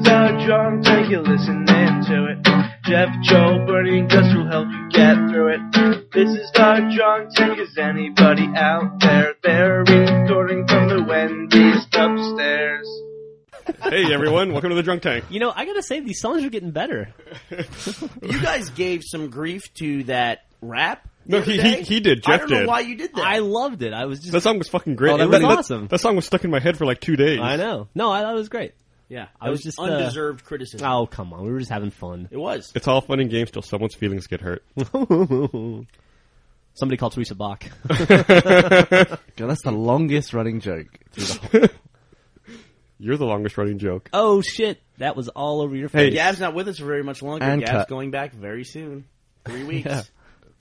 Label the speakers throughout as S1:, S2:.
S1: drunk till you listen in to it. Jeff, Joe, Bernie, and Gus will help you get through it. This is not drunk take. Is anybody out there? They're recording from the Wendy's upstairs.
S2: Hey everyone, welcome to the Drunk Tank.
S3: You know, I gotta say these songs are getting better.
S4: You guys gave some grief to that rap.
S2: No,
S4: the other
S2: he-
S4: day.
S2: he- he did.
S4: I
S2: Jeff
S4: don't know
S2: did.
S4: why you did that.
S3: I loved it. I was just
S2: That song was fucking great.
S3: Oh, that
S2: It-
S3: was
S2: that,
S3: awesome.
S2: That song was stuck in my head for like two days.
S3: I know. No, I thought it was great. Yeah, I was just uh,
S4: undeserved criticism.
S3: oh come on, we were just having fun.
S4: It was.
S2: It's all fun and games till someone's feelings get hurt.
S3: Somebody called Teresa Bach.
S5: God, that's the longest running joke.
S2: You're the longest running joke.
S3: oh shit, that was all over your
S2: Hey.
S3: face.
S4: Gab's not with us for very much longer.
S5: And
S4: Gab's
S5: cut.
S4: going back very soon. Three weeks.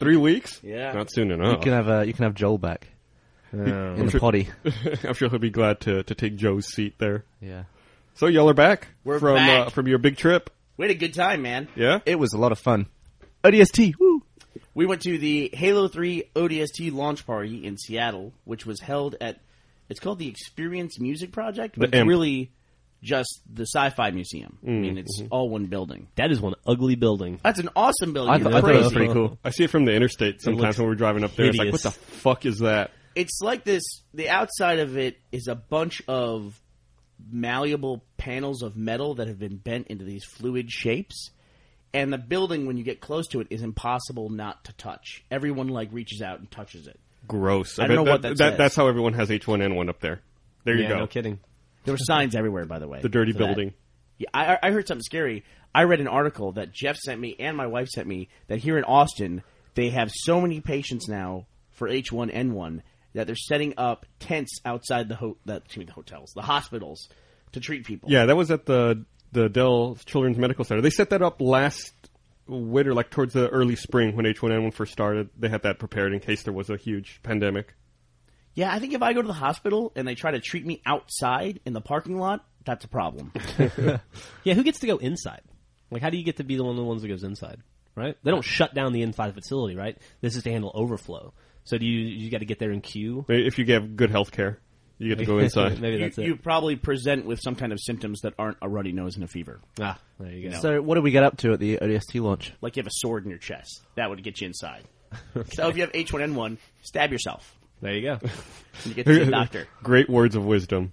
S2: Three weeks?
S4: Yeah.
S2: Not soon
S5: You
S2: enough.
S5: can have uh, you can have Joel back in the
S2: sure-
S5: potty.
S2: I'm sure he'll be glad to, to take Joe's seat there.
S5: Yeah,
S2: So y'all are back
S4: We're
S2: from
S4: back.
S2: Uh, from your big trip.
S4: We had a good time, man.
S2: Yeah?
S5: it was a lot of fun. ODST. Woo.
S4: We went to the Halo 3 ODST launch party in Seattle, which was held at, it's called the Experience Music Project, but
S2: The
S4: it's
S2: Imp.
S4: really just the Sci-Fi Museum. I
S2: Mm,
S4: mean, it's
S2: mm-hmm.
S4: all one building.
S3: That is one ugly building.
S4: That's an awesome building.
S5: I,
S4: It's
S5: th- I thought it was
S4: crazy.
S5: pretty cool.
S2: I see it from the interstate sometimes
S3: looks
S2: when we're driving up there. It's
S3: hideous.
S2: like, what the fuck is that?
S4: it's like this the outside of it is a bunch of malleable panels of metal that have been bent into these fluid shapes and the building when you get close to it is impossible not to touch everyone like reaches out and touches it
S2: Gross.
S4: I don't
S2: bet
S4: know what
S2: that,
S4: that
S2: that
S4: says.
S2: That's how everyone has H1N1 up there. There you
S3: yeah,
S2: go.
S3: no kidding.
S4: there were signs everywhere by the way
S2: The dirty
S4: for that.
S2: building.
S4: yeah, I, I heard something scary i read an article that jeff sent me and my wife sent me that here in austin they have so many patients now for h1n1 that they're setting up tents outside the ho- that, excuse me, the hotels the hospitals to treat people
S2: Yeah, that was at the the Dell Children's Medical Center. They set that up last winter, like towards the early spring when H1N1 first started. They had that prepared in case there was a huge pandemic.
S4: Yeah, I think if I go to the hospital and they try to treat me outside in the parking lot, that's a problem.
S3: Yeah, who gets to go inside? Like, how do you get to be the one of the ones that goes inside? Right? They don't shut down the inside of the facility, right? This is to handle overflow. So do you you got to get there in queue?
S2: Maybe If you have good health care, you get to go inside.
S3: Maybe
S4: you,
S3: that's it.
S4: you probably present with some kind of symptoms that aren't a runny nose and a fever.
S3: ah, there you go.
S5: So, what did we get up to at the ODST launch?
S4: Like you have a sword in your chest. That would get you inside. So if you have H1N1, stab yourself.
S3: there you go.
S4: You get to see a doctor.
S2: Great words of wisdom.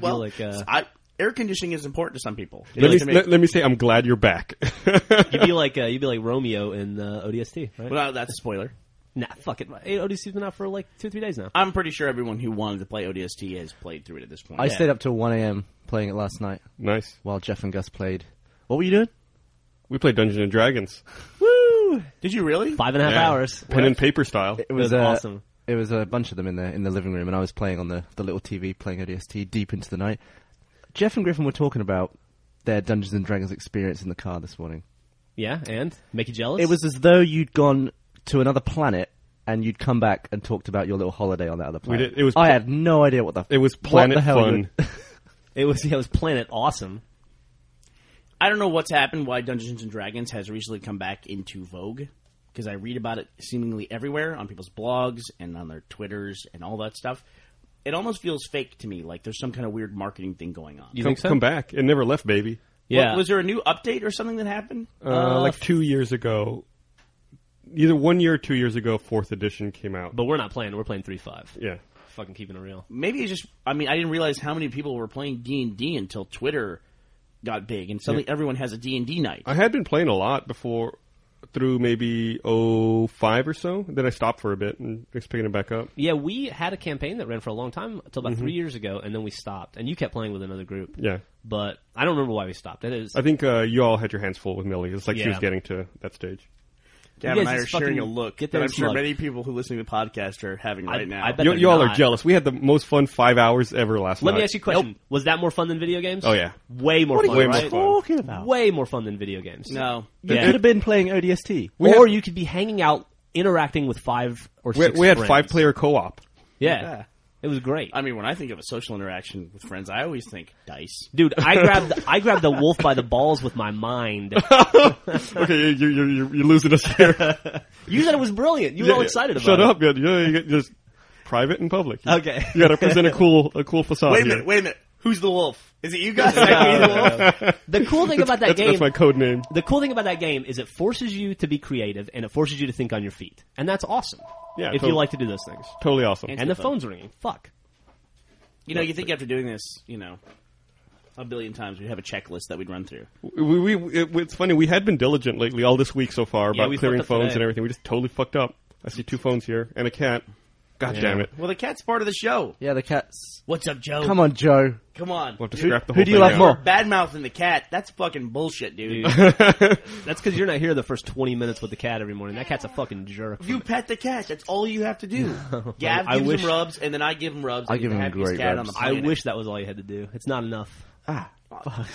S4: Well,
S3: like, uh,
S4: I, air conditioning is important to some people. It
S2: let,
S4: is
S2: me,
S4: to me.
S2: let, let me say, I'm glad you're back.
S3: You'd be like uh, you'd be like Romeo in uh, ODST, right?
S4: well, that's a spoiler.
S3: Nah, fuck it. Hey, ODST's been out for like two, three days now.
S4: I'm pretty sure everyone who wanted to play ODST has played through it at this point.
S5: I stayed up till one a.m. playing it last night
S2: nice.
S5: while Jeff and Gus played. What were you doing?
S2: We played Dungeons and Dragons,
S4: Woo! Did you really?
S3: Five and a half
S2: Yeah.
S3: hours.
S2: pen and paper style.
S5: It
S3: was
S5: uh,
S3: awesome.
S5: It was a bunch of them in the in the living room, and I was playing on the the little TV, playing ODST deep into the night. Jeff and Griffin were talking about their Dungeons and Dragons experience in the car this morning.
S3: Yeah, and make you jealous.
S5: It was as though you'd gone to another planet and you'd come back and talked about your little holiday on that other planet.
S2: did- it was
S5: I
S2: pl-
S5: had no idea what the
S2: It was
S5: what the
S2: planet
S5: hell you
S2: fun.
S5: were-
S3: it was yeah, it was Planet Awesome.
S4: I don't know what's happened. Why Dungeons and Dragons has recently come back into vogue? Because I read about it seemingly everywhere on people's blogs and on their twitters and all that stuff. It almost feels fake to me. Like there's some kind of weird marketing thing going on.
S3: You
S2: Come,
S3: think so?
S2: come back. It never left, baby.
S3: Yeah,
S4: Wa- was there a new update or something that happened?
S2: Uh, like two years ago, either one year or two years ago, fourth edition came out.
S3: but we're not playing. We're playing three five.
S2: yeah.
S3: Fucking keeping it real.
S4: Maybe it's just. I mean, I didn't realize how many people were playing D and D until Twitter got big, and suddenly everyone has a D and D night.
S2: I had been playing a lot before through maybe oh five or so. Then I stopped for a bit and just picking it back up.
S3: Yeah, we had a campaign that ran for a long time until about three years ago, and then we stopped. And you kept playing with another group.
S2: Yeah.
S3: but I don't remember why we stopped. It is
S2: I think uh, you all had your hands full with Millie. It's like she
S3: Yeah.
S2: was getting to that stage.
S4: Gavin
S3: You
S4: and
S3: guys
S4: I are
S3: just
S4: sharing
S3: fucking
S4: a look
S3: get
S4: that
S3: there
S4: I'm
S3: and
S4: sure
S3: slug.
S4: many people who listen to the podcast are having right now.
S3: I bet
S2: You,
S3: they're
S2: you all are
S3: not.
S2: jealous. We had the most fun five hours ever last
S3: Let
S2: night.
S3: me ask you a question: Was that more fun than video games?
S2: Oh, yeah.
S3: way more fun.
S2: Way more
S3: right?
S2: fun.
S5: talking about?
S3: Way more fun than video games.
S4: no,
S5: You
S3: Yeah.
S5: could have been playing ODST.
S3: or
S2: had-
S3: you could be hanging out, interacting with five or
S2: We,
S3: six.
S2: we had
S3: friends.
S2: five player co op.
S3: Yeah.
S4: Yeah.
S3: it was great,
S4: I mean, when I think of a social interaction with friends, I always think dice.
S3: dude. I grabbed I grabbed the wolf by the balls with my mind.
S2: okay, you, you, you, you're losing us here.
S3: You said it was brilliant. You were all excited about
S2: Shut
S3: it.
S2: up. You, you, you get just private and public.
S3: Okay.
S2: You got to present a cool a cool facade
S4: Wait a
S2: here.
S4: minute, wait a minute. Who's the wolf? Is it you guys?
S3: The cool thing about that
S2: That's,
S3: game
S2: that's my code name.
S3: the cool thing about that game is it forces you to be creative and it forces you to think on your feet. And that's awesome.
S2: Yeah,
S3: If
S2: totally.
S3: you like to do those things.
S2: Totally awesome.
S3: And the phone's ringing. Fuck.
S4: you know, you think after doing this, you know, a billion times, we'd have a checklist that we'd run through.
S2: We, we, it, it's funny. We had been diligent lately, all this week so far,
S3: Yeah,
S2: about
S3: we fucked
S2: clearing
S3: up
S2: phones
S3: today.
S2: and everything. We just totally fucked up. I see two phones here and a cat. God damn it!
S4: Well, the cat's part of the show.
S5: Yeah, the cats.
S4: What's up, Joe?
S5: Come on, Joe.
S4: Come on.
S2: We'll have to
S4: Dude,
S2: scrap the
S5: who
S2: whole
S5: do you
S2: thing
S5: like
S2: out.
S5: more?
S4: Bad mouthing the cat. That's fucking bullshit, dude.
S3: That's because you're not here the first 20 minutes with the cat every morning. That cat's a fucking jerk.
S4: You pet the cat. That's all you have to do. Gav
S3: I
S4: gives
S3: wish-
S4: him rubs, and then I give him rubs.
S5: I
S4: and
S5: give
S4: he's the
S5: him
S4: happiest
S5: great
S4: cat
S5: rubs.
S4: on the
S3: I
S4: planet.
S3: wish that was all you had to do. It's not enough.
S5: Ah,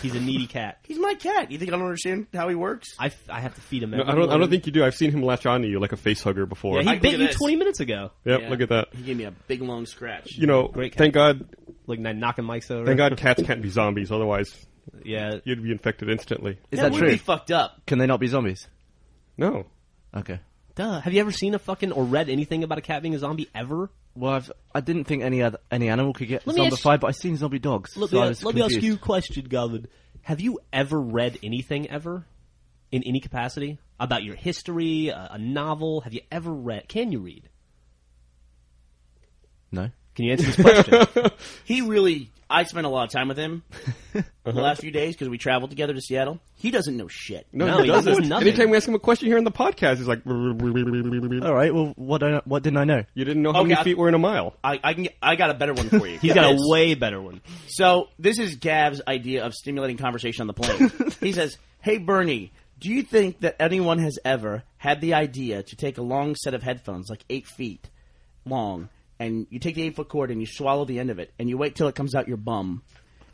S3: He's a needy cat.
S4: He's my cat. You think I don't understand how he works?
S3: I, f- I have to feed him.
S2: No, I don't. I don't think you do. I've seen him latch onto you like a face hugger before.
S3: Yeah, he
S4: I- look
S3: bit
S4: at
S3: you
S4: this.
S3: 20 minutes ago.
S2: yep.
S4: Yeah.
S2: Look at that.
S4: He gave me a big long scratch.
S2: You know,
S3: Great cat.
S2: thank God.
S3: Like kn- knocking mics over.
S2: Thank God, cats can't be zombies. Otherwise,
S3: Yeah.
S2: you'd be infected instantly.
S5: is
S4: that
S5: that
S4: would
S5: true?
S4: be fucked up.
S5: Can they not be zombies?
S2: No.
S5: Okay.
S3: Duh. Have you ever seen a fucking or read anything about a cat being a zombie ever?
S5: Well, I've, I didn't think any other, any animal could get
S3: Let me ask-
S5: zombified, but I've seen zombie dogs.
S3: Let,
S5: so I
S3: me,
S5: was
S3: let me ask
S5: confused.
S3: you a question, Gavin. Have you ever read anything ever in any capacity about your history, a, a novel? Have you ever read? Can you read?
S5: No.
S3: Can you answer this question?
S4: He really. I spent a lot of time with him the last few days because we traveled together to Seattle. He doesn't know shit.
S2: No,
S3: No,
S2: he
S3: he
S2: doesn't.
S3: does nothing.
S2: Anytime we ask him a question here on the podcast, he's like,
S5: All right. Well, what I, what didn't I know?
S2: "You didn't know how
S4: Okay,
S2: many
S4: I-
S2: feet were in a mile."
S4: I, I can. I got a better one for you.
S3: He's got a way better one.
S4: So this is Gav's idea of stimulating conversation on the plane. he says, "Hey Bernie, do you think that anyone has ever had the idea to take a long set of headphones, like eight feet long, and you take the eight foot cord and you swallow the end of it, and you wait till it comes out your bum,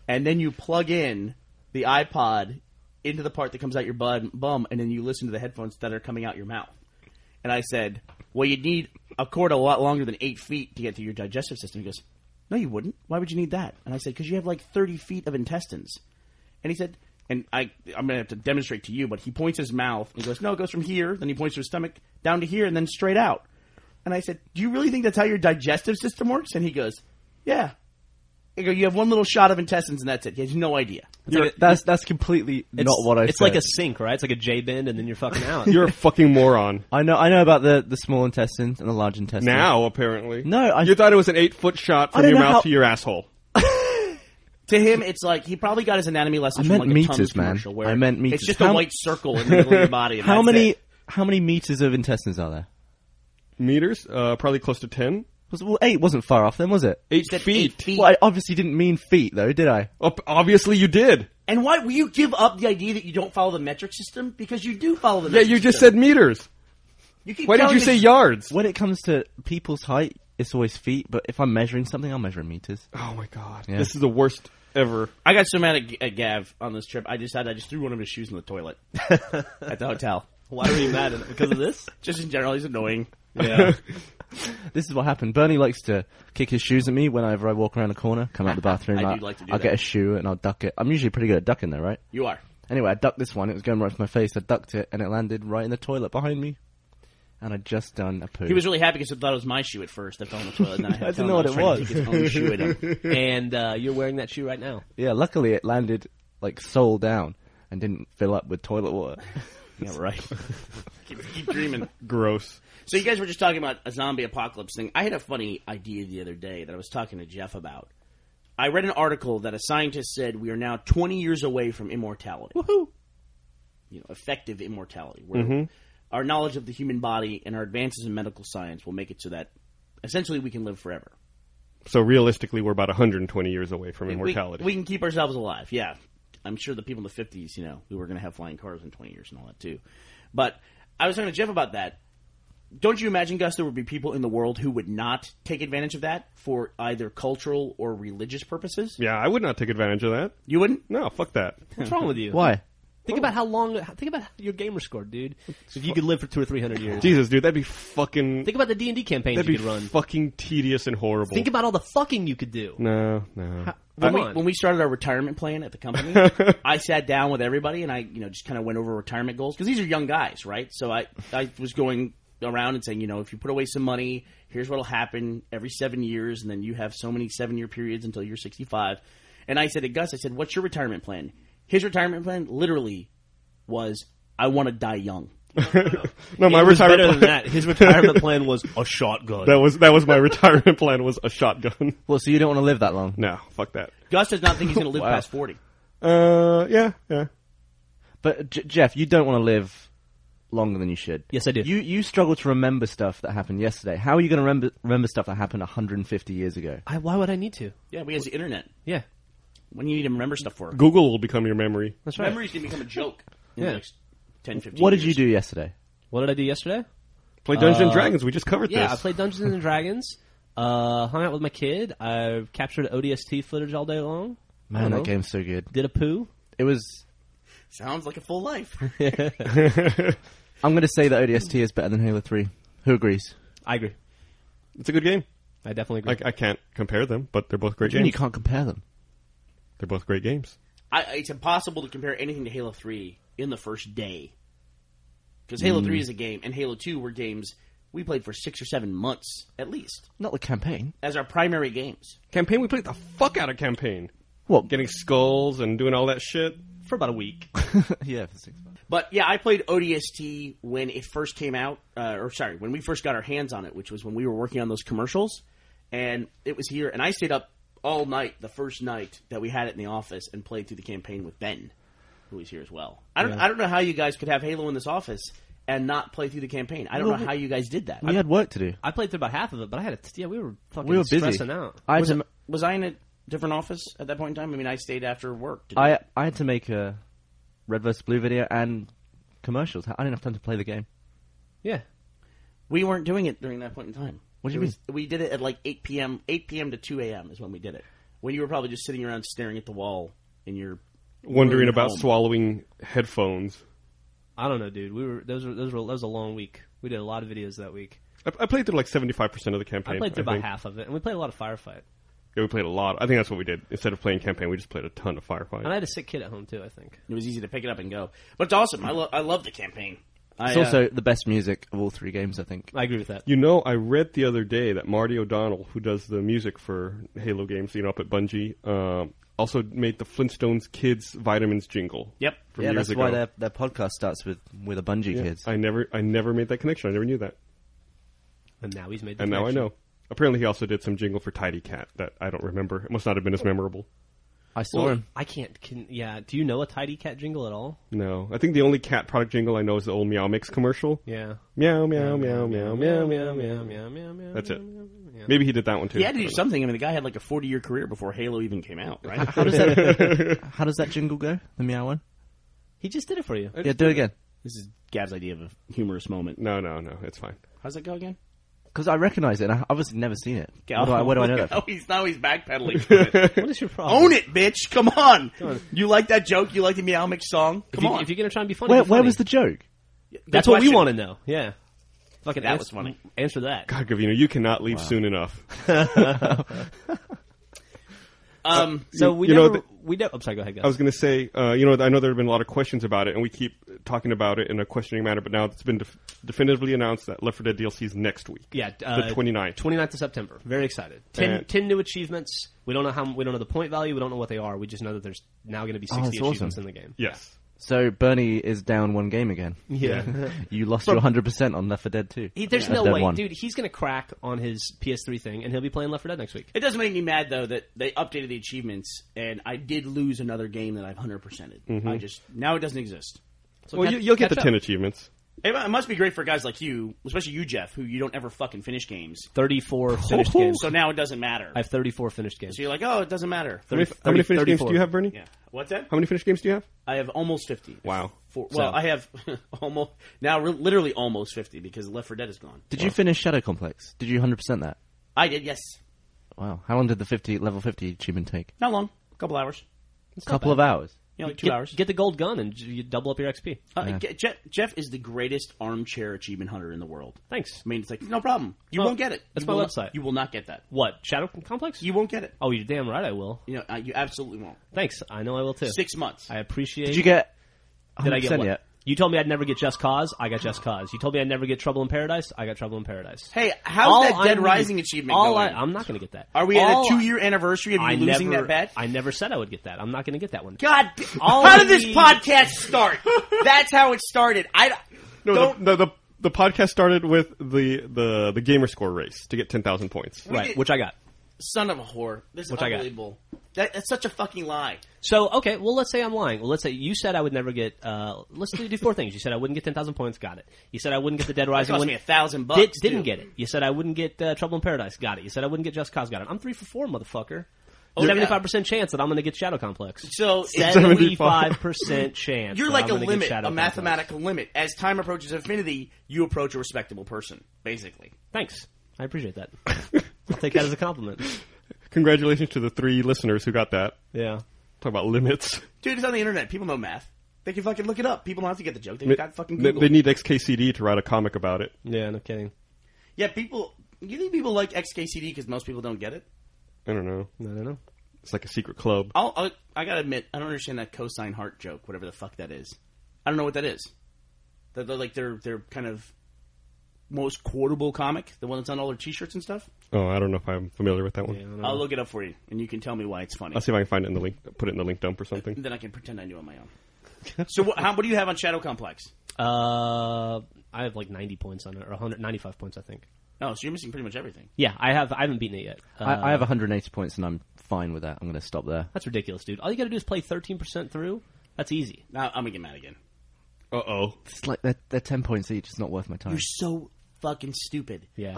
S4: and then you plug in the iPod into the part that comes out your bud, bum, and then you listen to the headphones that are coming out your mouth?" And I said, "Well, you'd need a cord a lot longer than eight feet to get to your digestive system." He goes, "No, you wouldn't. Why would you need that?" And I said, "Because you have like thirty feet of intestines." And he said, "And I, I'm gonna have to demonstrate to you." But he points his mouth and goes, "No, it goes from here." Then he points to his stomach down to here, and then straight out. And I said, "Do you really think that's how your digestive system works?" And he goes, "Yeah." I go, "You have one little shot of intestines, and that's it." He has no idea.
S3: You're-
S5: That's that's completely not what I.
S3: It's
S5: said.
S3: like a sink, right? It's like a J bend, and then you're fucking out.
S2: You're a fucking moron.
S5: I know I know about the the small intestine and the large intestine.
S2: Now, apparently,
S5: No, I-
S2: you thought it was an eight-foot shot
S5: I
S2: from
S5: don't
S2: your
S5: know
S2: mouth
S5: how-
S2: to your asshole.
S4: To him, it's like he probably got his anatomy
S5: I
S4: lessons
S5: meant
S4: from like a
S5: meters,
S4: Tums
S5: man.
S4: commercial. Where
S5: I meant meters.
S4: It's just
S5: How-
S4: a white circle in the middle of your body. and
S5: how
S4: that's
S5: many
S4: it.
S5: how many meters of intestines are there?
S2: Meters, uh, probably close to ten.
S5: Was, well, eight wasn't far off then, was it?
S2: Eight
S4: said
S2: feet.
S4: eight feet.
S5: Well, I obviously didn't mean feet though, did I?
S2: Ob- obviously, you did.
S4: And why will you give up the idea that you don't follow the metric system? Because you do follow the
S2: Yeah,
S4: metric
S2: you just
S4: system.
S2: said meters.
S4: You keep
S2: Why did
S4: telling
S2: you
S4: me-
S2: say yards?
S5: When it comes to people's height, it's always feet. But if I'm measuring something, I'll measure in meters.
S2: Oh my god,
S5: Yeah.
S2: this is the worst ever.
S4: I got so mad at, G- at Gav on this trip, I decided I just threw one of his shoes in the toilet at the hotel.
S3: Why are you mad at because of this?
S4: Just in general, he's annoying.
S3: Yeah.
S5: This is what happened. Bernie likes to kick his shoes at me whenever I walk around a corner, come out the bathroom.
S4: I do
S5: I'll-
S4: like to do
S5: I'll
S4: that.
S5: get a shoe and I'll duck it. I'm usually pretty good at ducking though, right?
S4: You are.
S5: Anyway, I ducked this one. It was going right for my face. I ducked it, and it landed right in the toilet behind me. And I'd just done a poo.
S4: He was really happy because he thought it was my shoe at first. I fell in the toilet. And then I, had
S5: I
S4: to tell
S5: didn't
S4: him
S5: know
S4: I
S5: what
S4: was
S5: it
S4: trying to kick his own shoe at him.
S3: and uh, you're wearing that shoe right now.
S5: yeah, luckily it landed like sole down and didn't fill up with toilet water.
S4: Yeah, right. keep, keep dreaming.
S2: Gross.
S4: So you guys were just talking about a zombie apocalypse thing. I had a funny idea the other day that I was talking to Jeff about. I read an article that a scientist said we are now 20 years away from immortality. Woohoo! You know, effective immortality, where our knowledge of the human body and our advances in medical science will make it so that essentially we can live forever.
S2: So realistically, we're about 120 years away from
S4: We-
S2: immortality.
S4: We, can keep ourselves alive. Yeah, I'm sure the people in the 50s, you know, who were going to have flying cars in 20 years and all that too. But I was talking to Jeff about that. Don't you imagine, Gus, there would be people in the world who would not take advantage of that for either cultural or religious purposes?
S2: yeah, I would not take advantage of that.
S4: You wouldn't.
S2: No, fuck that.
S3: What's wrong with you?
S5: Why?
S3: Think about how long. Think about your gamer score, dude. If you could live for two or three hundred years,
S2: Jesus, dude, that'd be fucking.
S3: think about the D and D campaigns
S2: That'd
S3: you
S2: be
S3: could run.
S2: fucking tedious and horrible.
S3: Think about all the fucking you could do.
S2: no, no.
S4: When
S3: Come
S4: we,
S3: on.
S4: when we started our retirement plan at the company, I sat down with everybody and I, you know, just kind of went over retirement goals because these are young guys, right? So I, I was going around and saying, you know, if you put away some money, here's what'll happen every seven years, and then you have so many seven year periods until you're 65. And I said to Gus, I said, "What's your retirement plan?" His retirement plan literally was, "I want to die young."
S2: No, my
S3: It
S2: retirement
S3: was better
S2: plan,
S3: than that. His retirement plan was a shotgun.
S2: that was that was my retirement plan was a shotgun.
S5: Well, so you don't want to live that long.
S2: no, fuck that.
S4: Gus does not think he's going to live past forty.
S2: Uh, yeah, yeah.
S5: But J- Jeff, you don't want to live longer than you should.
S3: Yes, I do.
S5: You you struggle to remember stuff that happened yesterday. How are you going to remember remember stuff that happened 150 years ago?
S3: I, why would I need to?
S4: Yeah, we has the internet.
S3: Yeah,
S4: When you need to remember stuff for
S2: Google will become your memory.
S3: that's right.
S4: memories, going to become a joke. In
S3: Yeah.
S4: the next 10, 15
S5: What did you
S4: years.
S5: do yesterday?
S3: What did I do yesterday?
S2: Play Dungeons and Dragons. We just covered
S3: Yeah, I
S2: this.
S3: played Dungeons and Dragons. Uh, hung out with my kid. I captured ODST footage all day long.
S5: Man,
S3: Uh-huh.
S5: that game's so good.
S3: Did a poo.
S5: It was.
S4: Sounds like a full life.
S5: I'm going to say that ODST is better than Halo 3. Who agrees?
S3: I agree.
S2: it's a good game.
S3: I definitely agree.
S2: I, I can't compare them, but they're both great
S5: You
S2: games.
S5: can't compare them.
S2: They're both great games.
S4: I, it's impossible to compare anything to Halo 3 in the first day. Because Halo 3 is a game, and Halo 2 were games we played for six or seven months, at least,
S5: Not the campaign.
S4: as our primary games.
S2: Campaign. We played the fuck out of campaign.
S5: What?
S2: Getting skulls and doing all that shit.
S3: for about a week.
S5: yeah, for six months.
S4: But yeah, I played ODST when it first came out, uh, or sorry, when we first got our hands on it, which was when we were working on those commercials, and it was here, and I stayed up all night the first night that we had it in the office and played through the campaign with Ben, who was here as well. I don't, I don't know how you guys could have Halo in this office and not play through the campaign. I don't know how you guys did that.
S5: We had work to do.
S3: I played through about half of it, but I had a yeah. We were fucking
S5: We were busy.
S3: stressing out.
S5: I had
S4: was,
S5: to, m-
S4: I, was I in a different office at that point in time? I mean, I stayed after work. didn't
S5: I, I had to make a red versus blue video and commercials. I didn't have time to play the game.
S3: Yeah,
S4: we weren't doing it during that point in time.
S5: What do you
S4: It was- We did it at like eight p.m. Eight p.m. to two a.m. is when we did it. When you were probably just sitting around staring at the wall in your
S2: Wondering
S4: room
S2: about
S4: home.
S2: swallowing headphones.
S3: I don't know, dude. We were those were those were that was a long week. We did a lot of videos that week.
S2: I, I played through like seventy five percent of the campaign.
S3: I played through about
S2: think.
S3: half of it, and we played a lot of firefight.
S2: Yeah, we played a lot. I think that's what we did. Instead of playing campaign, we just played a ton of firefight.
S3: And I had a sick kid at home too. I think.
S4: It was easy to pick it up and go. But it's awesome. I love I love the campaign. I,
S5: It's
S4: uh,
S5: also the best music of all three games, I think.
S3: I agree with that.
S2: You know, I read the other day that Marty O'Donnell, who does the music for Halo games, you know, up at Bungie, um, also made the Flintstones Kids Vitamins jingle.
S4: Yep.
S2: from
S5: yeah,
S2: years
S5: that's
S2: ago.
S5: why their, their podcast starts with, with a Bungie kids.
S2: I never, I never made that connection. I never knew that,
S3: And now he's made. The
S2: and now I
S3: connection.
S2: know. Apparently, he also did some jingle for Tidy Cat that I don't remember. It must not have been as memorable.
S5: I saw
S3: Well,
S5: him.
S3: I can't. Can, yeah. Do you know a tidy cat jingle at all?
S2: No, I think the only cat product jingle I know is the old Meow Mix commercial.
S3: Yeah.
S2: Meow, meow, meow, meow, meow, meow, meow, meow.
S3: meow meow. meow,
S2: That's it.
S3: meow, meow, meow.
S2: Maybe he did that one too.
S4: he had to
S2: I
S4: do
S2: don't know.
S4: something. I mean, the guy had like a forty-year career before Halo even came out, right?
S5: How does that How does that jingle go? The meow one?
S3: He just did it for you.
S5: Yeah, do it again.
S4: this is Gab's idea of a humorous moment.
S2: No, no, no. It's fine.
S4: How's that go again?
S5: Because I recognize it. and I obviously never seen it.
S4: Okay,
S5: What do I,
S4: I'll-
S5: what do I know that?
S4: Now Oh, he's now he's backpedaling. from it.
S3: What is your problem?
S4: Own it, bitch! Come on. You like that joke? You like the Meow Mix song?
S3: If
S4: Come
S3: you-
S4: on.
S3: If you're gonna try and be funny,
S5: Where,
S3: be
S5: where
S3: funny.
S5: was the joke?
S3: That's what we
S4: question.
S3: want to know. Yeah. Fucking
S4: That
S3: ans-
S4: was funny.
S3: Answer that.
S2: God, Gavino, you cannot leave soon enough.
S4: Um,
S3: So we
S2: you know
S3: never.
S2: the-
S3: we never. I'm sorry. Go ahead, guys.
S2: I was going to say, uh, you know, I know there have been a lot of questions about it, and we keep talking about it in a questioning manner, but now it's been def- definitively announced that Left 4 Dead DLC is next week.
S3: Yeah,
S2: the 29th.
S3: 29th of September. Very excited. 10,
S2: And-
S3: 10 new achievements. We don't know how. We don't know the point value. We don't know what they are. We just know that there's now going to be
S5: Oh,
S3: 60
S5: that's awesome.
S3: achievements in the game.
S2: Yes.
S5: So Bernie is down one game again.
S3: Yeah.
S5: You lost your 100% on Left 4 Dead 2.
S3: He, there's
S5: Left
S3: no
S5: Dead
S3: way,
S5: 1.
S3: dude. He's going to crack on his PS3 thing, and he'll be playing Left 4 Dead next week.
S4: It does make me mad though that they updated the achievements and I did lose another game that I've hundred percented.
S3: Mm-hmm.
S4: I just now it doesn't exist.
S3: So
S2: well,
S3: catch-
S2: you, you'll get
S3: catch
S2: the
S3: up.
S2: 10 achievements.
S4: It, mu- it must be great for guys like you, especially you, Jeff, who you don't ever fucking finish games.
S3: 34 finished games.
S4: So now it doesn't matter.
S3: I have 34 finished games.
S4: so you're like, oh, it doesn't matter.
S2: How many,
S3: Thirty-
S2: how many finished games
S3: 34.
S2: do you have, Bernie?
S4: Yeah. What's that?
S2: How many finished games do you have?
S4: I have almost fifty.
S2: Wow.
S4: Four, well,
S3: So-
S4: I have almost now re- literally almost fifty because Left 4 Dead is gone.
S5: Did you finish Shadow Complex? Did you 100% that?
S4: I did. Yes.
S5: Wow. How long did the 50 level 50 achievement take?
S4: Not long. A couple hours.
S5: A couple of hours.
S4: You know, like two
S3: get,
S4: hours.
S3: Get the gold gun and j- you double up your XP.
S4: uh, Je- Jeff, Jeff is the greatest armchair achievement hunter in the world.
S3: Thanks.
S4: I mean, it's like no problem. You
S3: Oh,
S4: won't get it.
S3: that's
S4: You
S3: my
S4: will not-
S3: website.
S4: you will not get that.
S3: What? Shadow Complex?
S4: You won't get it.
S3: oh, you're damn right I will.
S4: You know, uh, you absolutely won't.
S3: Thanks. I know I will too.
S4: Six months.
S3: I appreciate
S5: Did you get 100%
S3: Did I get what?
S5: yet?
S3: You told me I'd never get Just Cause. I got Just Cause. You told me I'd never get Trouble in Paradise. I got Trouble in Paradise.
S4: Hey, how's
S3: All
S4: that Dead
S3: I'm-
S4: Rising achievement
S3: all
S4: going?
S3: I, am not going to get that.
S4: Are we
S3: All
S4: at a two year anniversary of you
S3: I
S4: losing
S3: never,
S4: that bet?
S3: I never said I would get that. I'm not going to get that one.
S4: God,
S3: All
S4: how did this
S3: we-
S4: podcast start? That's how it started. I
S2: No, the,
S4: don't.
S2: the, the the podcast started with the the the gamer score race to get ten thousand points.
S3: Right,
S4: did-
S3: which I got.
S4: son of a whore. This is
S3: Which I got.
S4: unbelievable. That, that's such a fucking lie.
S3: So okay, well let's say I'm lying. Well, let's say you said I would never get. Uh, let's do do four things. You said I wouldn't get ten thousand points. Got it. You said I wouldn't get the Dead
S4: It
S3: Rising.
S4: cost
S3: one.
S4: me a thousand bucks.
S3: Did, didn't
S4: too.
S3: get it. You said I wouldn't get uh, Trouble in Paradise. Got it. You said I wouldn't get Just Cause. Got it. I'm three for four, motherfucker.
S4: Oh, yeah.
S3: Seventy five percent chance that I'm going to get Shadow Complex.
S4: So it's-
S3: Seventy five percent chance.
S4: you're
S3: that
S4: like
S3: I'm
S4: a
S3: gonna get
S4: limit,
S3: Shadow
S4: a
S3: Complex.
S4: mathematical limit. As time approaches infinity, you approach a respectable person, basically.
S3: Thanks. I appreciate that. I'll take that as a compliment.
S2: Congratulations to the three listeners who got that.
S3: Yeah.
S2: Talk about limits.
S4: Dude, it's on the internet. People know math. They can fucking look it up. People don't have to get the joke. They've got fucking
S2: They-
S4: Google.
S2: They need XKCD to write a comic about it.
S3: Yeah. No kidding.
S4: yeah, people. You think people like XKCD because most people don't get it?
S2: I don't know.
S3: I don't know.
S2: It's like a secret club.
S4: I'll, I'll, I gotta admit, I don't understand that cosine heart joke, whatever the fuck that is. I don't know what that is. That they're like their their kind of most quotable comic, the one that's on all their T-shirts and stuff.
S2: Oh, I don't know if I'm familiar with that one.
S3: Yeah, I don't know.
S4: I'll look it up for you, and you can tell me why it's funny.
S2: I'll see if I can find it in the link. Put it in the link dump or something.
S4: And then I can pretend I knew on my own. so what, how, what do you have on Shadow Complex?
S3: Uh, I have like 90 points on it, or 195 points, I think.
S4: Oh, so you're missing pretty much everything.
S3: Yeah, I have. I haven't beaten it yet. Uh,
S5: I, I have 180 points, and I'm fine with that. I'm going to stop there.
S3: that's ridiculous, dude. All you got to do is play 13% through. That's easy.
S4: Now I'm gonna get mad again.
S2: Uh oh.
S5: It's like they're, they're 10 points each. It's not worth my time.
S4: You're so fucking stupid.
S3: Yeah,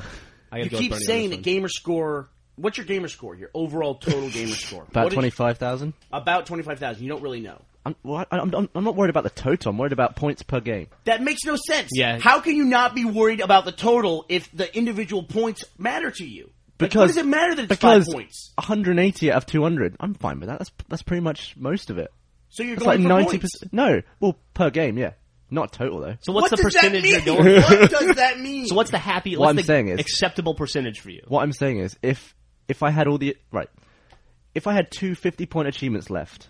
S3: I gotta
S4: You
S3: go with Bernie
S4: keep
S3: on this one.
S4: saying that gamer score. What's your gamer score? Your overall total gamer score? What
S5: About
S4: did-
S5: 25,000.
S4: About twenty five thousand. You don't really know.
S5: I'm, well, I, I'm, I'm not worried about the total. I'm worried about points per game.
S4: That makes no sense.
S3: Yeah.
S4: How can you not be worried about the total if the individual points matter to you? Like,
S5: Because
S4: what does it matter that it's
S5: because
S4: five points?
S5: 180 out of 200. I'm fine with that. That's that's pretty much most of it.
S4: So you're
S5: It's like
S4: going for
S5: 90.
S4: points.
S5: percent No, well per game, yeah. Not total though.
S3: So what's
S4: what
S3: the
S4: does that
S3: percentage
S4: mean?
S3: you're going?
S4: What does that mean?
S3: So what's the happy?
S5: What
S3: what's
S5: I'm
S3: the
S5: saying is-
S3: acceptable percentage for you.
S5: What I'm saying is, if if I had all the right, if I had two 50 point achievements left,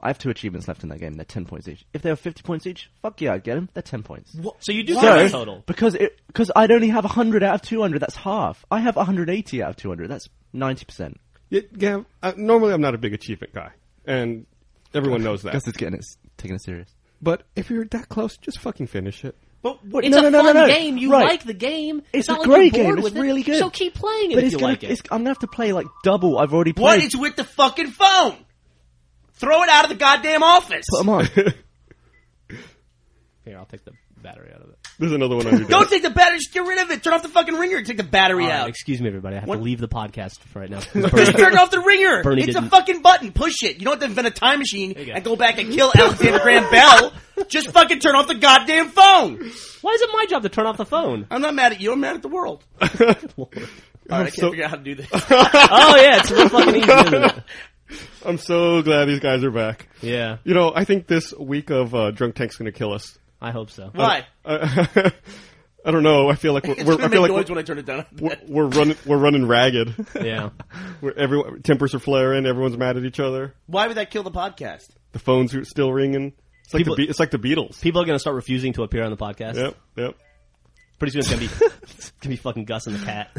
S5: I have two achievements left in that game. They're 10 points each. If they were 50 points each, fuck yeah, I'd get them. They're 10 points.
S3: So you do
S5: So,
S3: have a total.
S5: because it because I'd only have 100 out of 200. That's half. I have 180 out of 200. That's 90 percent.
S2: Yeah, Gav, I, normally I'm not a big achievement guy, and everyone knows that.
S5: Gus is getting it s- taking it serious.
S2: But if you're that close, just fucking finish it.
S4: But what-
S3: It's
S5: No,
S3: a
S5: no, no, no,
S3: fun
S5: no.
S3: game. You
S5: Right.
S3: like the game.
S5: It's,
S3: not
S5: a
S3: like
S5: great
S3: you're bored
S5: game. It's
S3: with it.
S5: really good.
S3: So keep playing it if
S5: But it's
S3: you
S5: gonna,
S3: like it.
S5: It's, I'm gonna have to play like double. I've already played.
S4: What is with the fucking phone? Throw it out of the goddamn office.
S5: Put 'em on.
S3: Here, I'll take the battery out of it.
S2: There's another one on your
S4: Don't
S2: desk.
S4: take the battery. Just get rid of it. Turn off the fucking ringer and take the battery
S3: All right,
S4: out.
S3: excuse me, everybody. I have
S4: What-
S3: to leave the podcast for right now.
S4: Just turn off the ringer.
S3: Bernie
S4: it's a
S3: didn't-
S4: fucking button. Push it. You don't have to invent a time machine
S3: you go.
S4: and go back and kill Alexander Graham Bell. Just fucking turn off the goddamn phone.
S3: Why is it my job to turn off the phone?
S4: I'm not mad at you. I'm mad at the world. All right, I can't
S2: so-
S4: figure out how to do this.
S3: oh yeah, it's real fucking easy. Isn't it?
S2: I'm so glad these guys are back.
S3: Yeah,
S2: You know, I think this week of uh, drunk tank's gonna kill us.
S3: I hope so.
S4: Why?
S2: I, I don't know. I feel like we're,
S4: It's
S2: we're
S4: gonna
S2: I feel like
S4: make noise
S2: we're,
S4: when I turn it down.
S2: we're, we're running we're running ragged.
S3: Yeah.
S2: We're, everyone tempers are flaring. Everyone's mad at each other.
S4: Why would that kill the podcast?
S2: The phones are still ringing. It's like
S3: People-
S2: the Be- it's like the Beatles.
S3: People are going to start refusing to appear on the podcast.
S2: Yep, yep.
S3: Pretty soon it's going to be it's gonna be fucking Gus and the cat.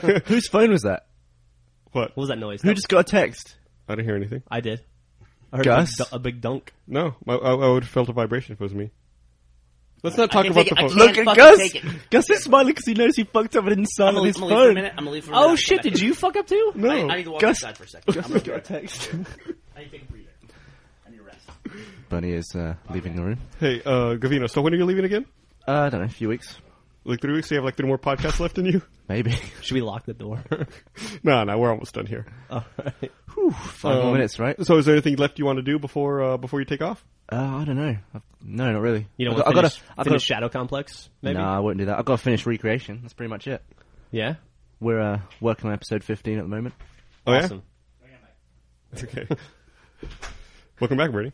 S3: What
S5: Whose phone was that?
S2: What?
S3: was that noise?
S5: Who just got a text?
S2: I didn't hear anything.
S3: I did. I heard
S5: Gus?
S3: A, big, du- a big dunk.
S2: No, I, I, I would have felt a vibration if it was me. Let's not
S4: I
S2: talk
S4: can
S2: about
S4: take
S2: the
S4: it. I
S2: phone.
S4: can't-
S5: Look at
S4: fucking
S5: Gus.
S4: take it.
S5: Gus is smiling because he knows he fucked up an
S4: I'm
S5: inside
S4: gonna
S5: on
S4: leave
S5: his
S4: I'm gonna leave for a
S5: phone.
S4: minute. I'm gonna leave for a minute.
S3: Oh shit! Did you fuck up too?
S2: no,
S4: I, I need to walk
S5: Gus-
S4: outside for a second. I'm gonna
S5: Gus got a text.
S4: I need to take a breather. I need to rest.
S5: Bunny is uh, leaving the room.
S2: hey, uh, Gavino. So when are you leaving again?
S5: Uh, I don't know, a few weeks,
S2: Like three weeks? So you have like three more podcasts left in you?
S5: maybe.
S3: Should we lock the door?
S2: No, no, we're almost done here.
S3: All right.
S5: Five more
S2: Um,
S5: minutes, right?
S2: So is there anything left you want to do before uh, before you take off?
S5: Uh, I don't know. I've, no, not really.
S3: You don't
S5: I've
S3: want to
S5: got- I've
S3: finish,
S5: got I've
S3: finish
S5: got
S3: Shadow Complex?
S5: a-
S3: Maybe.
S5: Nah, I won't do that. I've got to finish recreation. That's pretty much it.
S3: Yeah.
S5: We're uh, working on episode 15 at the moment.
S2: Oh, yeah?
S3: Awesome.
S2: Okay. Welcome back, Bernie.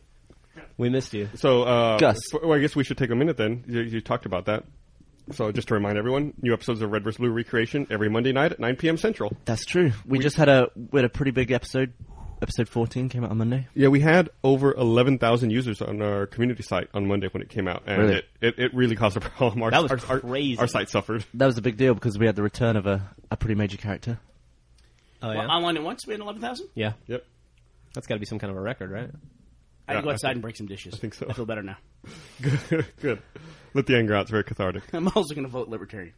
S3: We missed you.
S2: So, uh,
S5: Gus.
S2: f- well, I guess we should take a minute then. You, you talked about that. So, just to remind everyone, new episodes of Red vs. Blue Recreation every Monday night at 9 p.m. Central.
S5: That's true. We, just had a we had a pretty big episode episode 14 came out on Monday.
S2: Yeah, we had over 11,000 users on our community site on Monday when it came out, and
S5: Really?
S2: it, it, it really caused a problem. Our,
S3: That was
S2: our, our-
S3: crazy.
S2: Our, site suffered.
S5: That was a big deal because we had the return of a, a pretty major character.
S3: Oh
S4: Well,
S3: yeah,
S4: online at once, we had eleven thousand.
S3: yeah.
S2: Yep.
S3: That's got to be some kind of a record, right?
S4: I
S2: Yeah,
S4: can go
S2: I
S4: outside
S2: think-
S4: and break some dishes. I
S2: think so.
S4: I feel better now.
S2: Good. Good. Let the anger out. It's very cathartic.
S4: I'm also going to vote libertarian.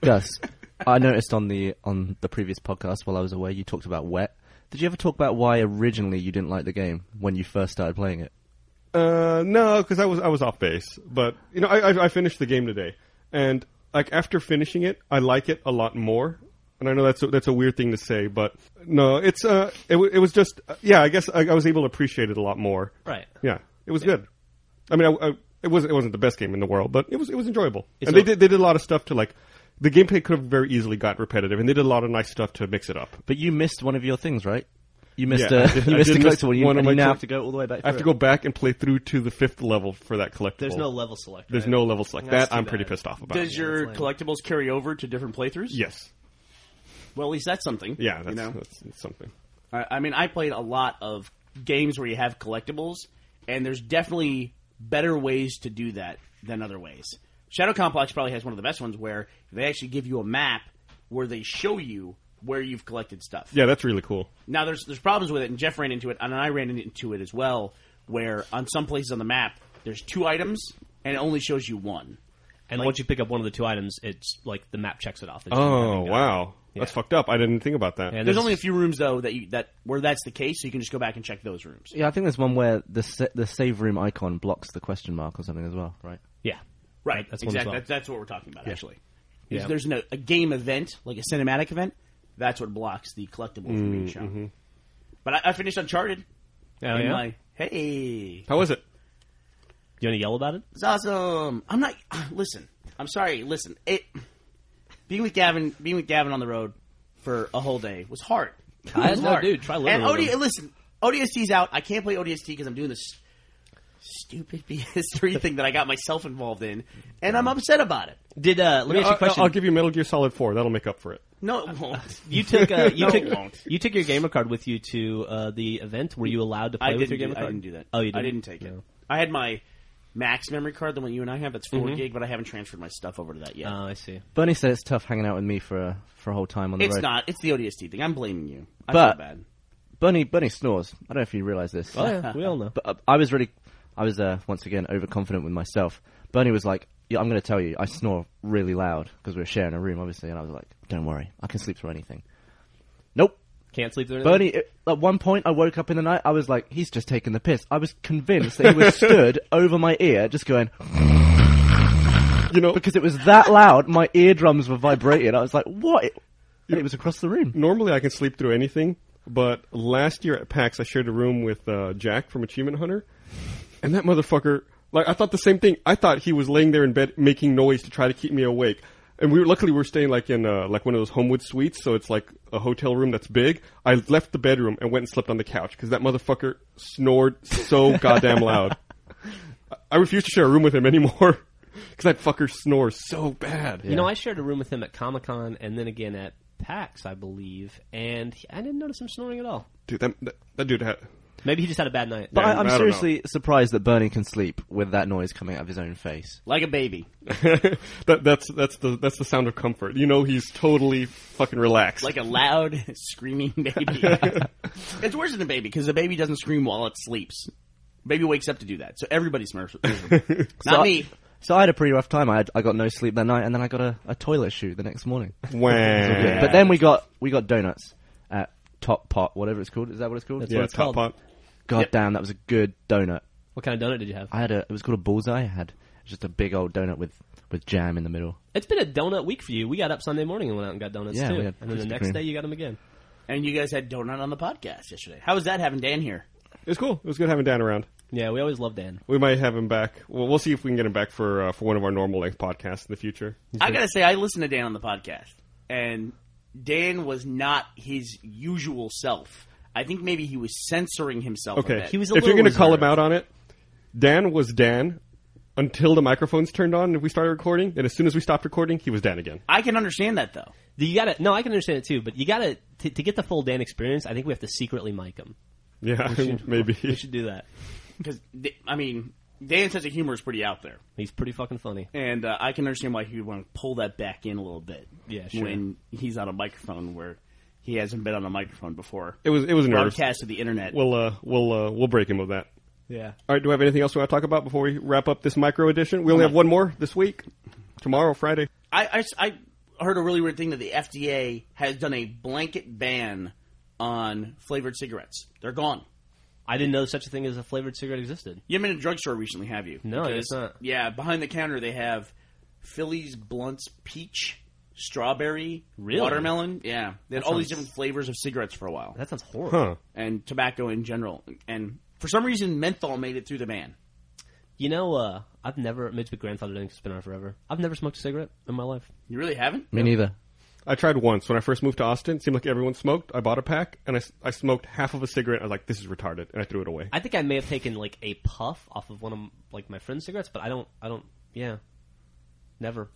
S5: Gus, I noticed on the on the previous podcast while I was away, you talked about Wet. Did you ever talk about why originally you didn't like the game when you first started playing it?
S2: Uh, no, because I was I was off base. But you know, I, I I finished the game today, and like after finishing it, I like it a lot more. And I know that's a, that's a weird thing to say, but no, it's uh, it, wa- it was just uh, yeah. I guess I, I was able to appreciate it a lot more.
S3: Right.
S2: Yeah, it was good. I mean, I, I, it wasn't it wasn't the best game in the world, but it was it was enjoyable.
S3: It's
S2: and they
S3: a-
S2: did they did a lot of stuff to like. The gameplay could have very easily got repetitive, and they did a lot of nice stuff to mix it up.
S5: But you missed one of your things, right? You missed
S2: Yeah,
S5: a
S2: I did-
S5: you
S2: I
S5: missed
S2: did
S5: a
S2: miss
S5: collector one. You,
S2: one of
S5: and
S2: my
S5: you now
S2: col-
S5: have to go all the way back.
S2: I have to
S5: through
S2: go back and play through to the fifth level for that collectible.
S3: There's no level select.
S2: There's
S3: right?
S2: no level select.
S3: That's
S2: that
S3: too
S2: I'm pretty
S3: bad.
S2: pissed off about.
S4: Does your
S3: lame.
S4: collectibles carry over to different playthroughs?
S2: yes,
S4: Well, at least that's something.
S2: yeah, that's,
S4: you know,
S2: that's, that's something.
S4: I, I mean, I played a lot of games where you have collectibles, and there's definitely better ways to do that than other ways. Shadow Complex probably has one of the best ones where they actually give you a map where they show you where you've collected stuff.
S2: Yeah, that's really cool.
S4: Now there's there's problems with it, and Jeff ran into it, and I ran into it as well. Where on some places on the map there's two items, and it only shows you one.
S3: And once you pick up one of the two items, it's like the map checks it off. It doesn't
S2: Oh
S3: matter.
S2: wow, that's fucked up. I didn't think about that.
S3: Yeah,
S4: There's only a few rooms though that you, that where that's the case, so you can just go back and check those rooms.
S5: it. Yeah, I think there's one where the sa- the save room icon blocks the question mark or something as well, right?
S3: yeah.
S4: Right,
S3: That's
S4: exactly.
S3: One as
S4: That- that's what we're talking about actually. If
S3: Yeah.
S4: there's no, a game event like a cinematic event, that's what blocks the collectible from being shown. But I, I finished Uncharted.
S3: well. Mm, mm-hmm. Oh,
S4: and
S3: yeah?
S4: my- hey,
S2: How was it?
S3: You want to yell about it?
S4: It's awesome. I'm not. Listen, I'm sorry. Listen, it being with Gavin, being with Gavin on the road for a whole day was hard. It
S3: I
S4: was
S3: know,
S4: hard.
S3: dude, try living
S4: And
S3: with
S4: OD,
S3: him.
S4: listen, ODST's out. I can't play ODST because I'm doing this stupid PS3 thing that I got myself involved in, and I'm upset about it. Did uh, let me
S2: I'll, I'll give you Metal Gear Solid Four. That'll make up for it.
S4: no, it won't.
S3: You took uh, you
S4: No, it
S3: took
S4: won't.
S3: you took your gamer card with you to uh, the event. Were you allowed to play
S4: I
S3: with your
S4: didn't.
S3: gamer
S4: Do, I
S3: card?
S4: didn't do that.
S3: Oh, you didn't?
S4: I didn't take it.
S3: No.
S4: I had my max memory card, the one you and I have. That's 4
S3: Mm-hmm.
S4: gig, but I haven't transferred my stuff over to that yet.
S3: Oh, I see.
S5: Bernie said it's tough hanging out with me for a, for a whole time on the
S4: it's
S5: road.
S4: not. It's the ODST thing. I'm blaming you. I
S5: But-
S4: feel bad.
S5: Bernie Bernie snores. I don't know if you realize this.
S3: Oh, yeah. We all know.
S5: But uh, I was really, I was uh, once again overconfident with myself. Bernie was like, "Yeah, I'm going to tell you, I snore really loud because we were sharing a room, obviously." And I was like, "Don't worry, I can sleep through anything." Nope,
S3: Can't sleep through anything.
S5: Bernie. it- uh, at one point, I woke up in the night. I was like, "He's just taking the piss." I was convinced that he was stood over my ear, just going
S2: You know,
S5: because it was that loud. My eardrums were vibrating. I was like, "What?" It, and it was across the room.
S2: normally I can sleep through anything, but last year at PAX I shared a room with uh, Jack from Achievement Hunter, and that motherfucker, like I thought the same thing. I thought he was laying there in bed making noise to try to keep me awake. And we were, luckily we were staying like in uh, like one of those Homewood suites, so it's like a hotel room that's big. I left the bedroom and went and slept on the couch because that motherfucker snored so goddamn loud. I- I refuse to share a room with him anymore because that fucker snores so bad.
S3: You know, I shared a room with him at Comic Con and then again at PAX, I believe, and he- I didn't notice him snoring at all.
S2: dude, that, that, that dude had
S3: Maybe he just had a bad night.
S5: But
S2: Yeah,
S5: I, I'm
S2: I don't know.
S5: seriously surprised that Bernie can sleep with that noise coming out of his own face.
S4: Like a baby.
S2: that, that's that's the that's the sound of comfort. You know he's totally fucking relaxed.
S4: Like a loud, screaming baby. it's worse than a baby because the baby doesn't scream while it sleeps. Baby wakes up to do that. So everybody smirks. Not
S5: So I-
S4: me.
S5: So I had a pretty rough time. I, had, I got no sleep that night, and then I got a, a toilet shoot the next morning.
S2: Wah.
S4: Yeah.
S5: But then we got we got donuts at Top Pot, whatever it's called. Is that what it's called?
S3: That's
S2: yeah,
S3: what it's
S2: top
S3: called.
S2: pot.
S5: God damn, that was a good donut.
S3: What kind of donut did you have?
S5: I had a it was called a bullseye. I had just a big old donut with with jam in the middle.
S3: It's been a donut week for you. We got up Sunday morning and went out and got donuts
S5: Yeah,
S3: too,
S5: we had
S3: and then the
S5: Krispy
S3: next
S5: Kreme.
S3: day you got them again.
S4: And you guys had donut on the podcast yesterday. How was that having Dan here?
S2: It was cool. It was good having Dan around.
S3: Yeah, we always love Dan.
S2: We might have him back. Well, we'll see if we can get him back for uh, for one of our normal length podcasts in the future.
S4: I gotta say, I listened to Dan on the podcast, and Dan was not his usual self. I think maybe he was censoring himself. A
S2: Okay,
S4: bit.
S3: He was a
S2: if you're
S3: little
S2: gonna call
S3: reserved.
S2: him out on it, Dan was Dan until the microphones turned on and we started recording. And as soon as we stopped recording, he was Dan again.
S4: I can understand that though.
S3: You gotta no, I can understand it too, but you gotta to, to get the full Dan experience. I think we have to secretly mic him.
S2: Yeah,
S3: We should-
S2: maybe.
S3: we should do that.
S4: because I mean, Dan's sense of humor is pretty out there,
S3: He's pretty fucking funny.
S4: and uh, I can understand why he would want to pull that back in a little bit.
S3: Yeah, sure.
S4: When he's on a microphone where he hasn't been on a microphone before,
S2: It was it was an error.
S4: broadcast to the internet.
S2: We'll uh we'll uh we'll break him of that.
S3: Yeah.
S2: All right, do we have anything else we want to talk about before we wrap up this micro edition? We only have one more this week, tomorrow, Friday.
S4: I, I, I heard a really weird thing that the FDA has done a blanket ban on flavored cigarettes. They're gone.
S3: I didn't know such a thing as a flavored cigarette existed.
S4: You haven't been in a drugstore recently, have you?
S3: No, it's not.
S4: Yeah, behind the counter they have Phillies Blunts Peach, Strawberry,
S3: Really?
S4: Watermelon. Yeah, they had all
S3: sounds-
S4: these different flavors of cigarettes for a while,
S3: That sounds horrible.
S2: Huh.
S4: and tobacco in general. And for some reason, menthol made it through the ban.
S3: You know, uh, I've never, Mid's been grandfathered in 'cause it's been around forever. I've never smoked a cigarette in my life.
S4: You really haven't?
S5: Me neither.
S2: I tried once when I first moved to Austin. It seemed like everyone smoked. I bought a pack and I, s- I smoked half of a cigarette. I was like, this is retarded, and I threw it away.
S3: I think I may have taken like a puff off of one of like my friend's cigarettes, but I don't, I don't, yeah, never.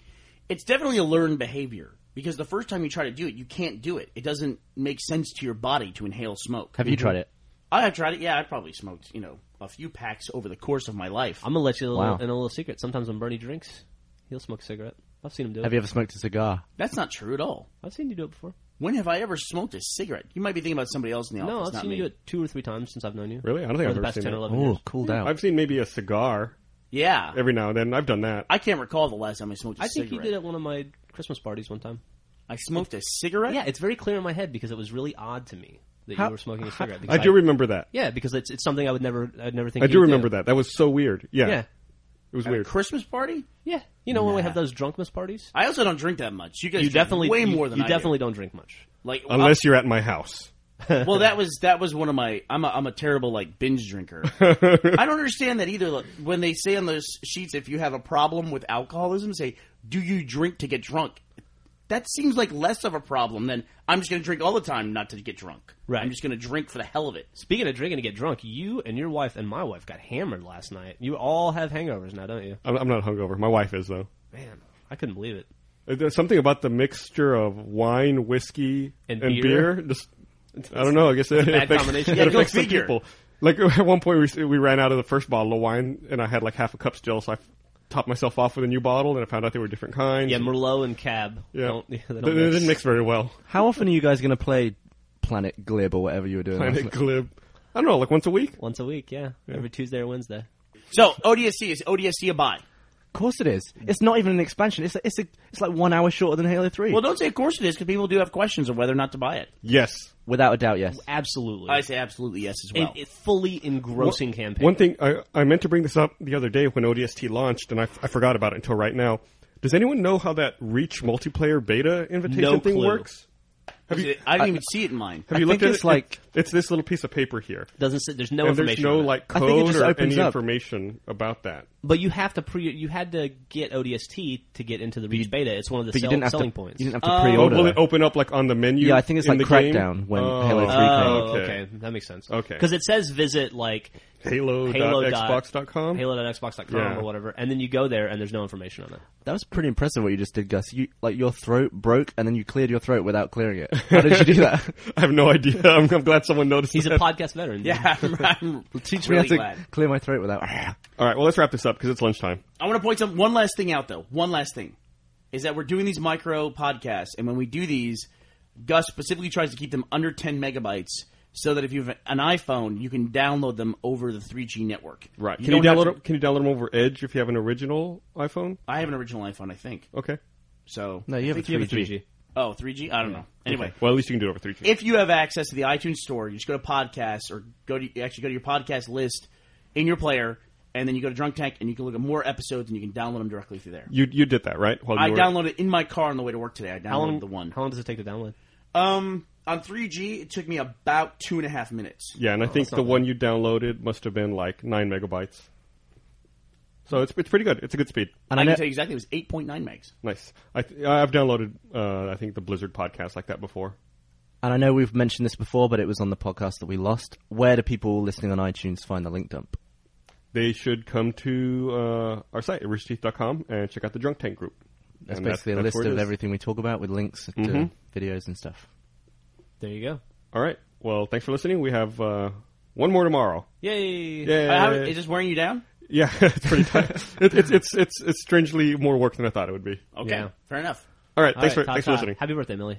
S4: It's definitely a learned behavior because the first time you try to do it, you can't do it. It doesn't make sense to your body to inhale smoke.
S5: Have you tried it?
S4: I have tried it. Yeah, I probably smoked, you know, a few packs over the course of my life.
S3: I'm gonna let you in a
S5: Wow.
S3: little, in a little secret. Sometimes when Bernie drinks, he'll smoke a cigarette. I've seen him do it.
S5: Have you ever smoked a cigar?
S4: That's not true at all.
S3: I've seen you do it before.
S4: When have I ever smoked a cigarette? You might be thinking about somebody else in the
S3: No,
S4: office,
S3: I've
S4: not
S3: seen
S4: me.
S3: you do it two or three times since I've known you.
S2: Really? I don't think
S3: Over
S2: I've
S3: the
S2: ever
S3: past
S2: seen
S3: 10 or
S2: that.
S3: 11 years.
S5: Oh, cooled out.
S2: I've seen maybe a cigar
S4: Yeah,
S2: every now and then. I've done that.
S4: I can't recall the last time I smoked a
S3: I think
S4: cigarette.
S3: you did at one of my Christmas parties one time.
S4: I smoked a cigarette.
S3: Yeah, it's very clear in my head because it was really odd to me that
S5: How-
S3: you were smoking a cigarette.
S2: I
S3: because
S2: do remember that.
S3: Yeah, because it's it's something I would never I'd never think.
S2: I
S3: you
S2: do
S3: would
S2: remember that. That was so weird. Yeah,
S3: Yeah, Uh,
S2: it was
S4: At a
S2: weird.
S4: Christmas party.
S3: yeah. You know when we
S4: Nah.
S3: have those drunkmas parties,
S4: I also don't drink that much. You guys
S3: you
S4: drink
S3: definitely
S4: way
S3: you-
S4: more than
S3: you
S4: I do.
S3: definitely don't drink much.
S4: Like
S3: uh,
S2: Unless you're at my house.
S4: well, that was that was one of my. I'm a, I'm a terrible like binge drinker. I don't understand that either. Like, when they say on those sheets, if you have a problem with alcoholism, say, do you drink to get drunk? That seems like less of a problem than I'm just going to drink all the time not to get drunk.
S3: Right.
S4: I'm just going to drink for the hell of it.
S3: Speaking of drinking to get drunk, you and your wife and my wife got hammered last night. You all have hangovers now, don't you?
S2: I'm, I'm not hungover. My wife is though.
S3: Man, I couldn't believe it.
S2: Uh, There's something about the mixture of wine, whiskey,
S3: And
S2: beer.
S3: beer.
S2: just, I don't know. I guess it
S3: bad
S2: affects,
S3: combination.
S2: it
S3: Yeah, go
S2: affects some
S4: figure.
S2: people. Like at one point, we, s- we ran out of the first bottle of wine, and I had like half a cup still, so I f- topped myself off with a new bottle, and I found out they were different kinds.
S3: Yeah, Merlot and Cab.
S2: Yeah.
S3: Don't, they don't
S2: They- they
S3: mix.
S2: didn't mix very well.
S5: How often are you guys going to play Planet Glib or whatever you were doing? last
S2: Planet
S5: night?
S2: Glib. I don't know, like once a week.
S3: once a week. Yeah. every Tuesday or Wednesday.
S4: So ODSC is ODSC a buy?
S5: Of course it is. It's not even an expansion. It's it's a, it's like one hour shorter than Halo Three.
S4: Well, don't say of course it is because people do have questions of whether or not to buy it.
S2: Yes.
S5: Without a doubt, yes.
S3: Absolutely,
S4: I say absolutely yes as
S3: a,
S4: well.
S3: a fully engrossing campaign.
S2: One thing I, I meant to bring this up the other day when ODST launched, and I, f- I forgot about it until right now. Does anyone know how that Reach multiplayer beta invitation
S3: No
S2: thing
S3: clue.
S2: works? Have
S4: Is
S2: you,
S4: it- I didn't even see it in mine.
S2: have
S5: I
S2: you looked
S5: think
S2: at
S5: it's
S2: it?
S5: like-
S2: It's- it's this little piece of paper here,
S3: Doesn't sit, there's no
S2: and there's
S3: information.
S2: no
S3: on it.
S2: like
S5: I think it
S2: code
S5: just
S2: or
S5: opens
S2: any
S5: up.
S2: information about that.
S3: But you have to pre. You had to get ODST to get into the Reach beta. It's one of the
S5: But you
S3: sell-
S5: didn't have
S3: selling
S5: to.
S3: points.
S5: You didn't have to
S2: Oh,
S5: pre-order.
S2: will it open up like on the menu?
S5: Yeah, I think it's
S2: in
S5: like
S2: the game?
S5: Crackdown when
S2: Oh,
S5: Halo 3 came.
S3: Oh,
S2: okay.
S3: okay. that makes sense.
S2: Okay.
S3: because it says visit like
S2: Halo.
S3: Halo
S2: dot Xbox.com?
S3: Halo.xbox.com
S2: Yeah.
S3: or whatever, and then you go there and there's no information on it.
S5: That was pretty impressive what you just did, Gus. You like your throat broke and then you cleared your throat without clearing it. How did you do that?
S2: I have no idea. I'm, I'm glad someone noticed.
S3: He's a
S2: that.
S3: podcast veteran. dude.
S4: Yeah, I'm, I'm
S5: Teach
S4: really
S5: me how to
S4: glad.
S5: clear my throat without.
S2: All right, well, let's wrap this up because it's lunchtime.
S4: I want to point some one last thing out though. One last thing is that we're doing these micro podcasts, and when we do these, Gus specifically tries to keep them under 10 megabytes, so that if you have an iPhone, you can download them over the 3G network.
S2: Right?
S4: You
S2: Can you
S4: don't have
S2: download?
S4: to-
S2: them- Can you download them over Edge if you have an original iPhone?
S4: I have an original iPhone, I think.
S2: Okay.
S4: So
S5: No, you have a
S3: You have a
S5: 3G.
S3: 3G.
S4: oh, 3G. I don't know. Anyway,
S2: Well, at least you can do it over three G.
S4: if you have access to the iTunes store, you just go to podcasts or go to you actually go to your podcast list in your player, and then you go to Drunk Tank, and you can look at more episodes, and you can download them directly through there.
S2: You you did that right? While you
S4: I
S2: were-
S4: downloaded it in my car on the way to work today. I downloaded
S3: How long
S4: the one.
S3: How long does it take to download?
S4: Um, on 3G, it took me about two and a half minutes.
S2: Yeah,
S5: Oh,
S2: and I think
S3: that's not
S2: the one you downloaded must have been like nine megabytes. So it's it's pretty good. It's a good speed.
S5: And
S4: I
S5: I
S4: can
S5: know
S4: tell you exactly. It was 8.9 megs.
S2: Nice. I th- I've downloaded uh, I think the Blizzard podcast like that before.
S5: and I know we've mentioned this before, but it was on the podcast that we lost. Where do people listening on iTunes find the link dump?
S2: They should come to uh, our site richteeth.com and check out the Drunk Tank group.
S5: That's
S2: And
S5: basically
S2: that's
S5: a list
S2: where it
S5: of
S2: is. Mm-hmm.
S5: everything we talk about with links to videos and stuff.
S3: There you go.
S2: All right. Well, thanks for listening. We have uh, One more tomorrow.
S3: Yay!
S2: Yeah,
S4: Uh, how- is this wearing you down?
S2: yeah, it's pretty tight. it, it's it's it's it's strangely more work than I thought it would be.
S4: Okay,
S3: Yeah.
S4: fair enough.
S2: All right,
S3: All
S2: thanks
S3: right,
S2: for thanks
S3: ta-ta.
S2: for listening.
S3: Happy birthday, Millie.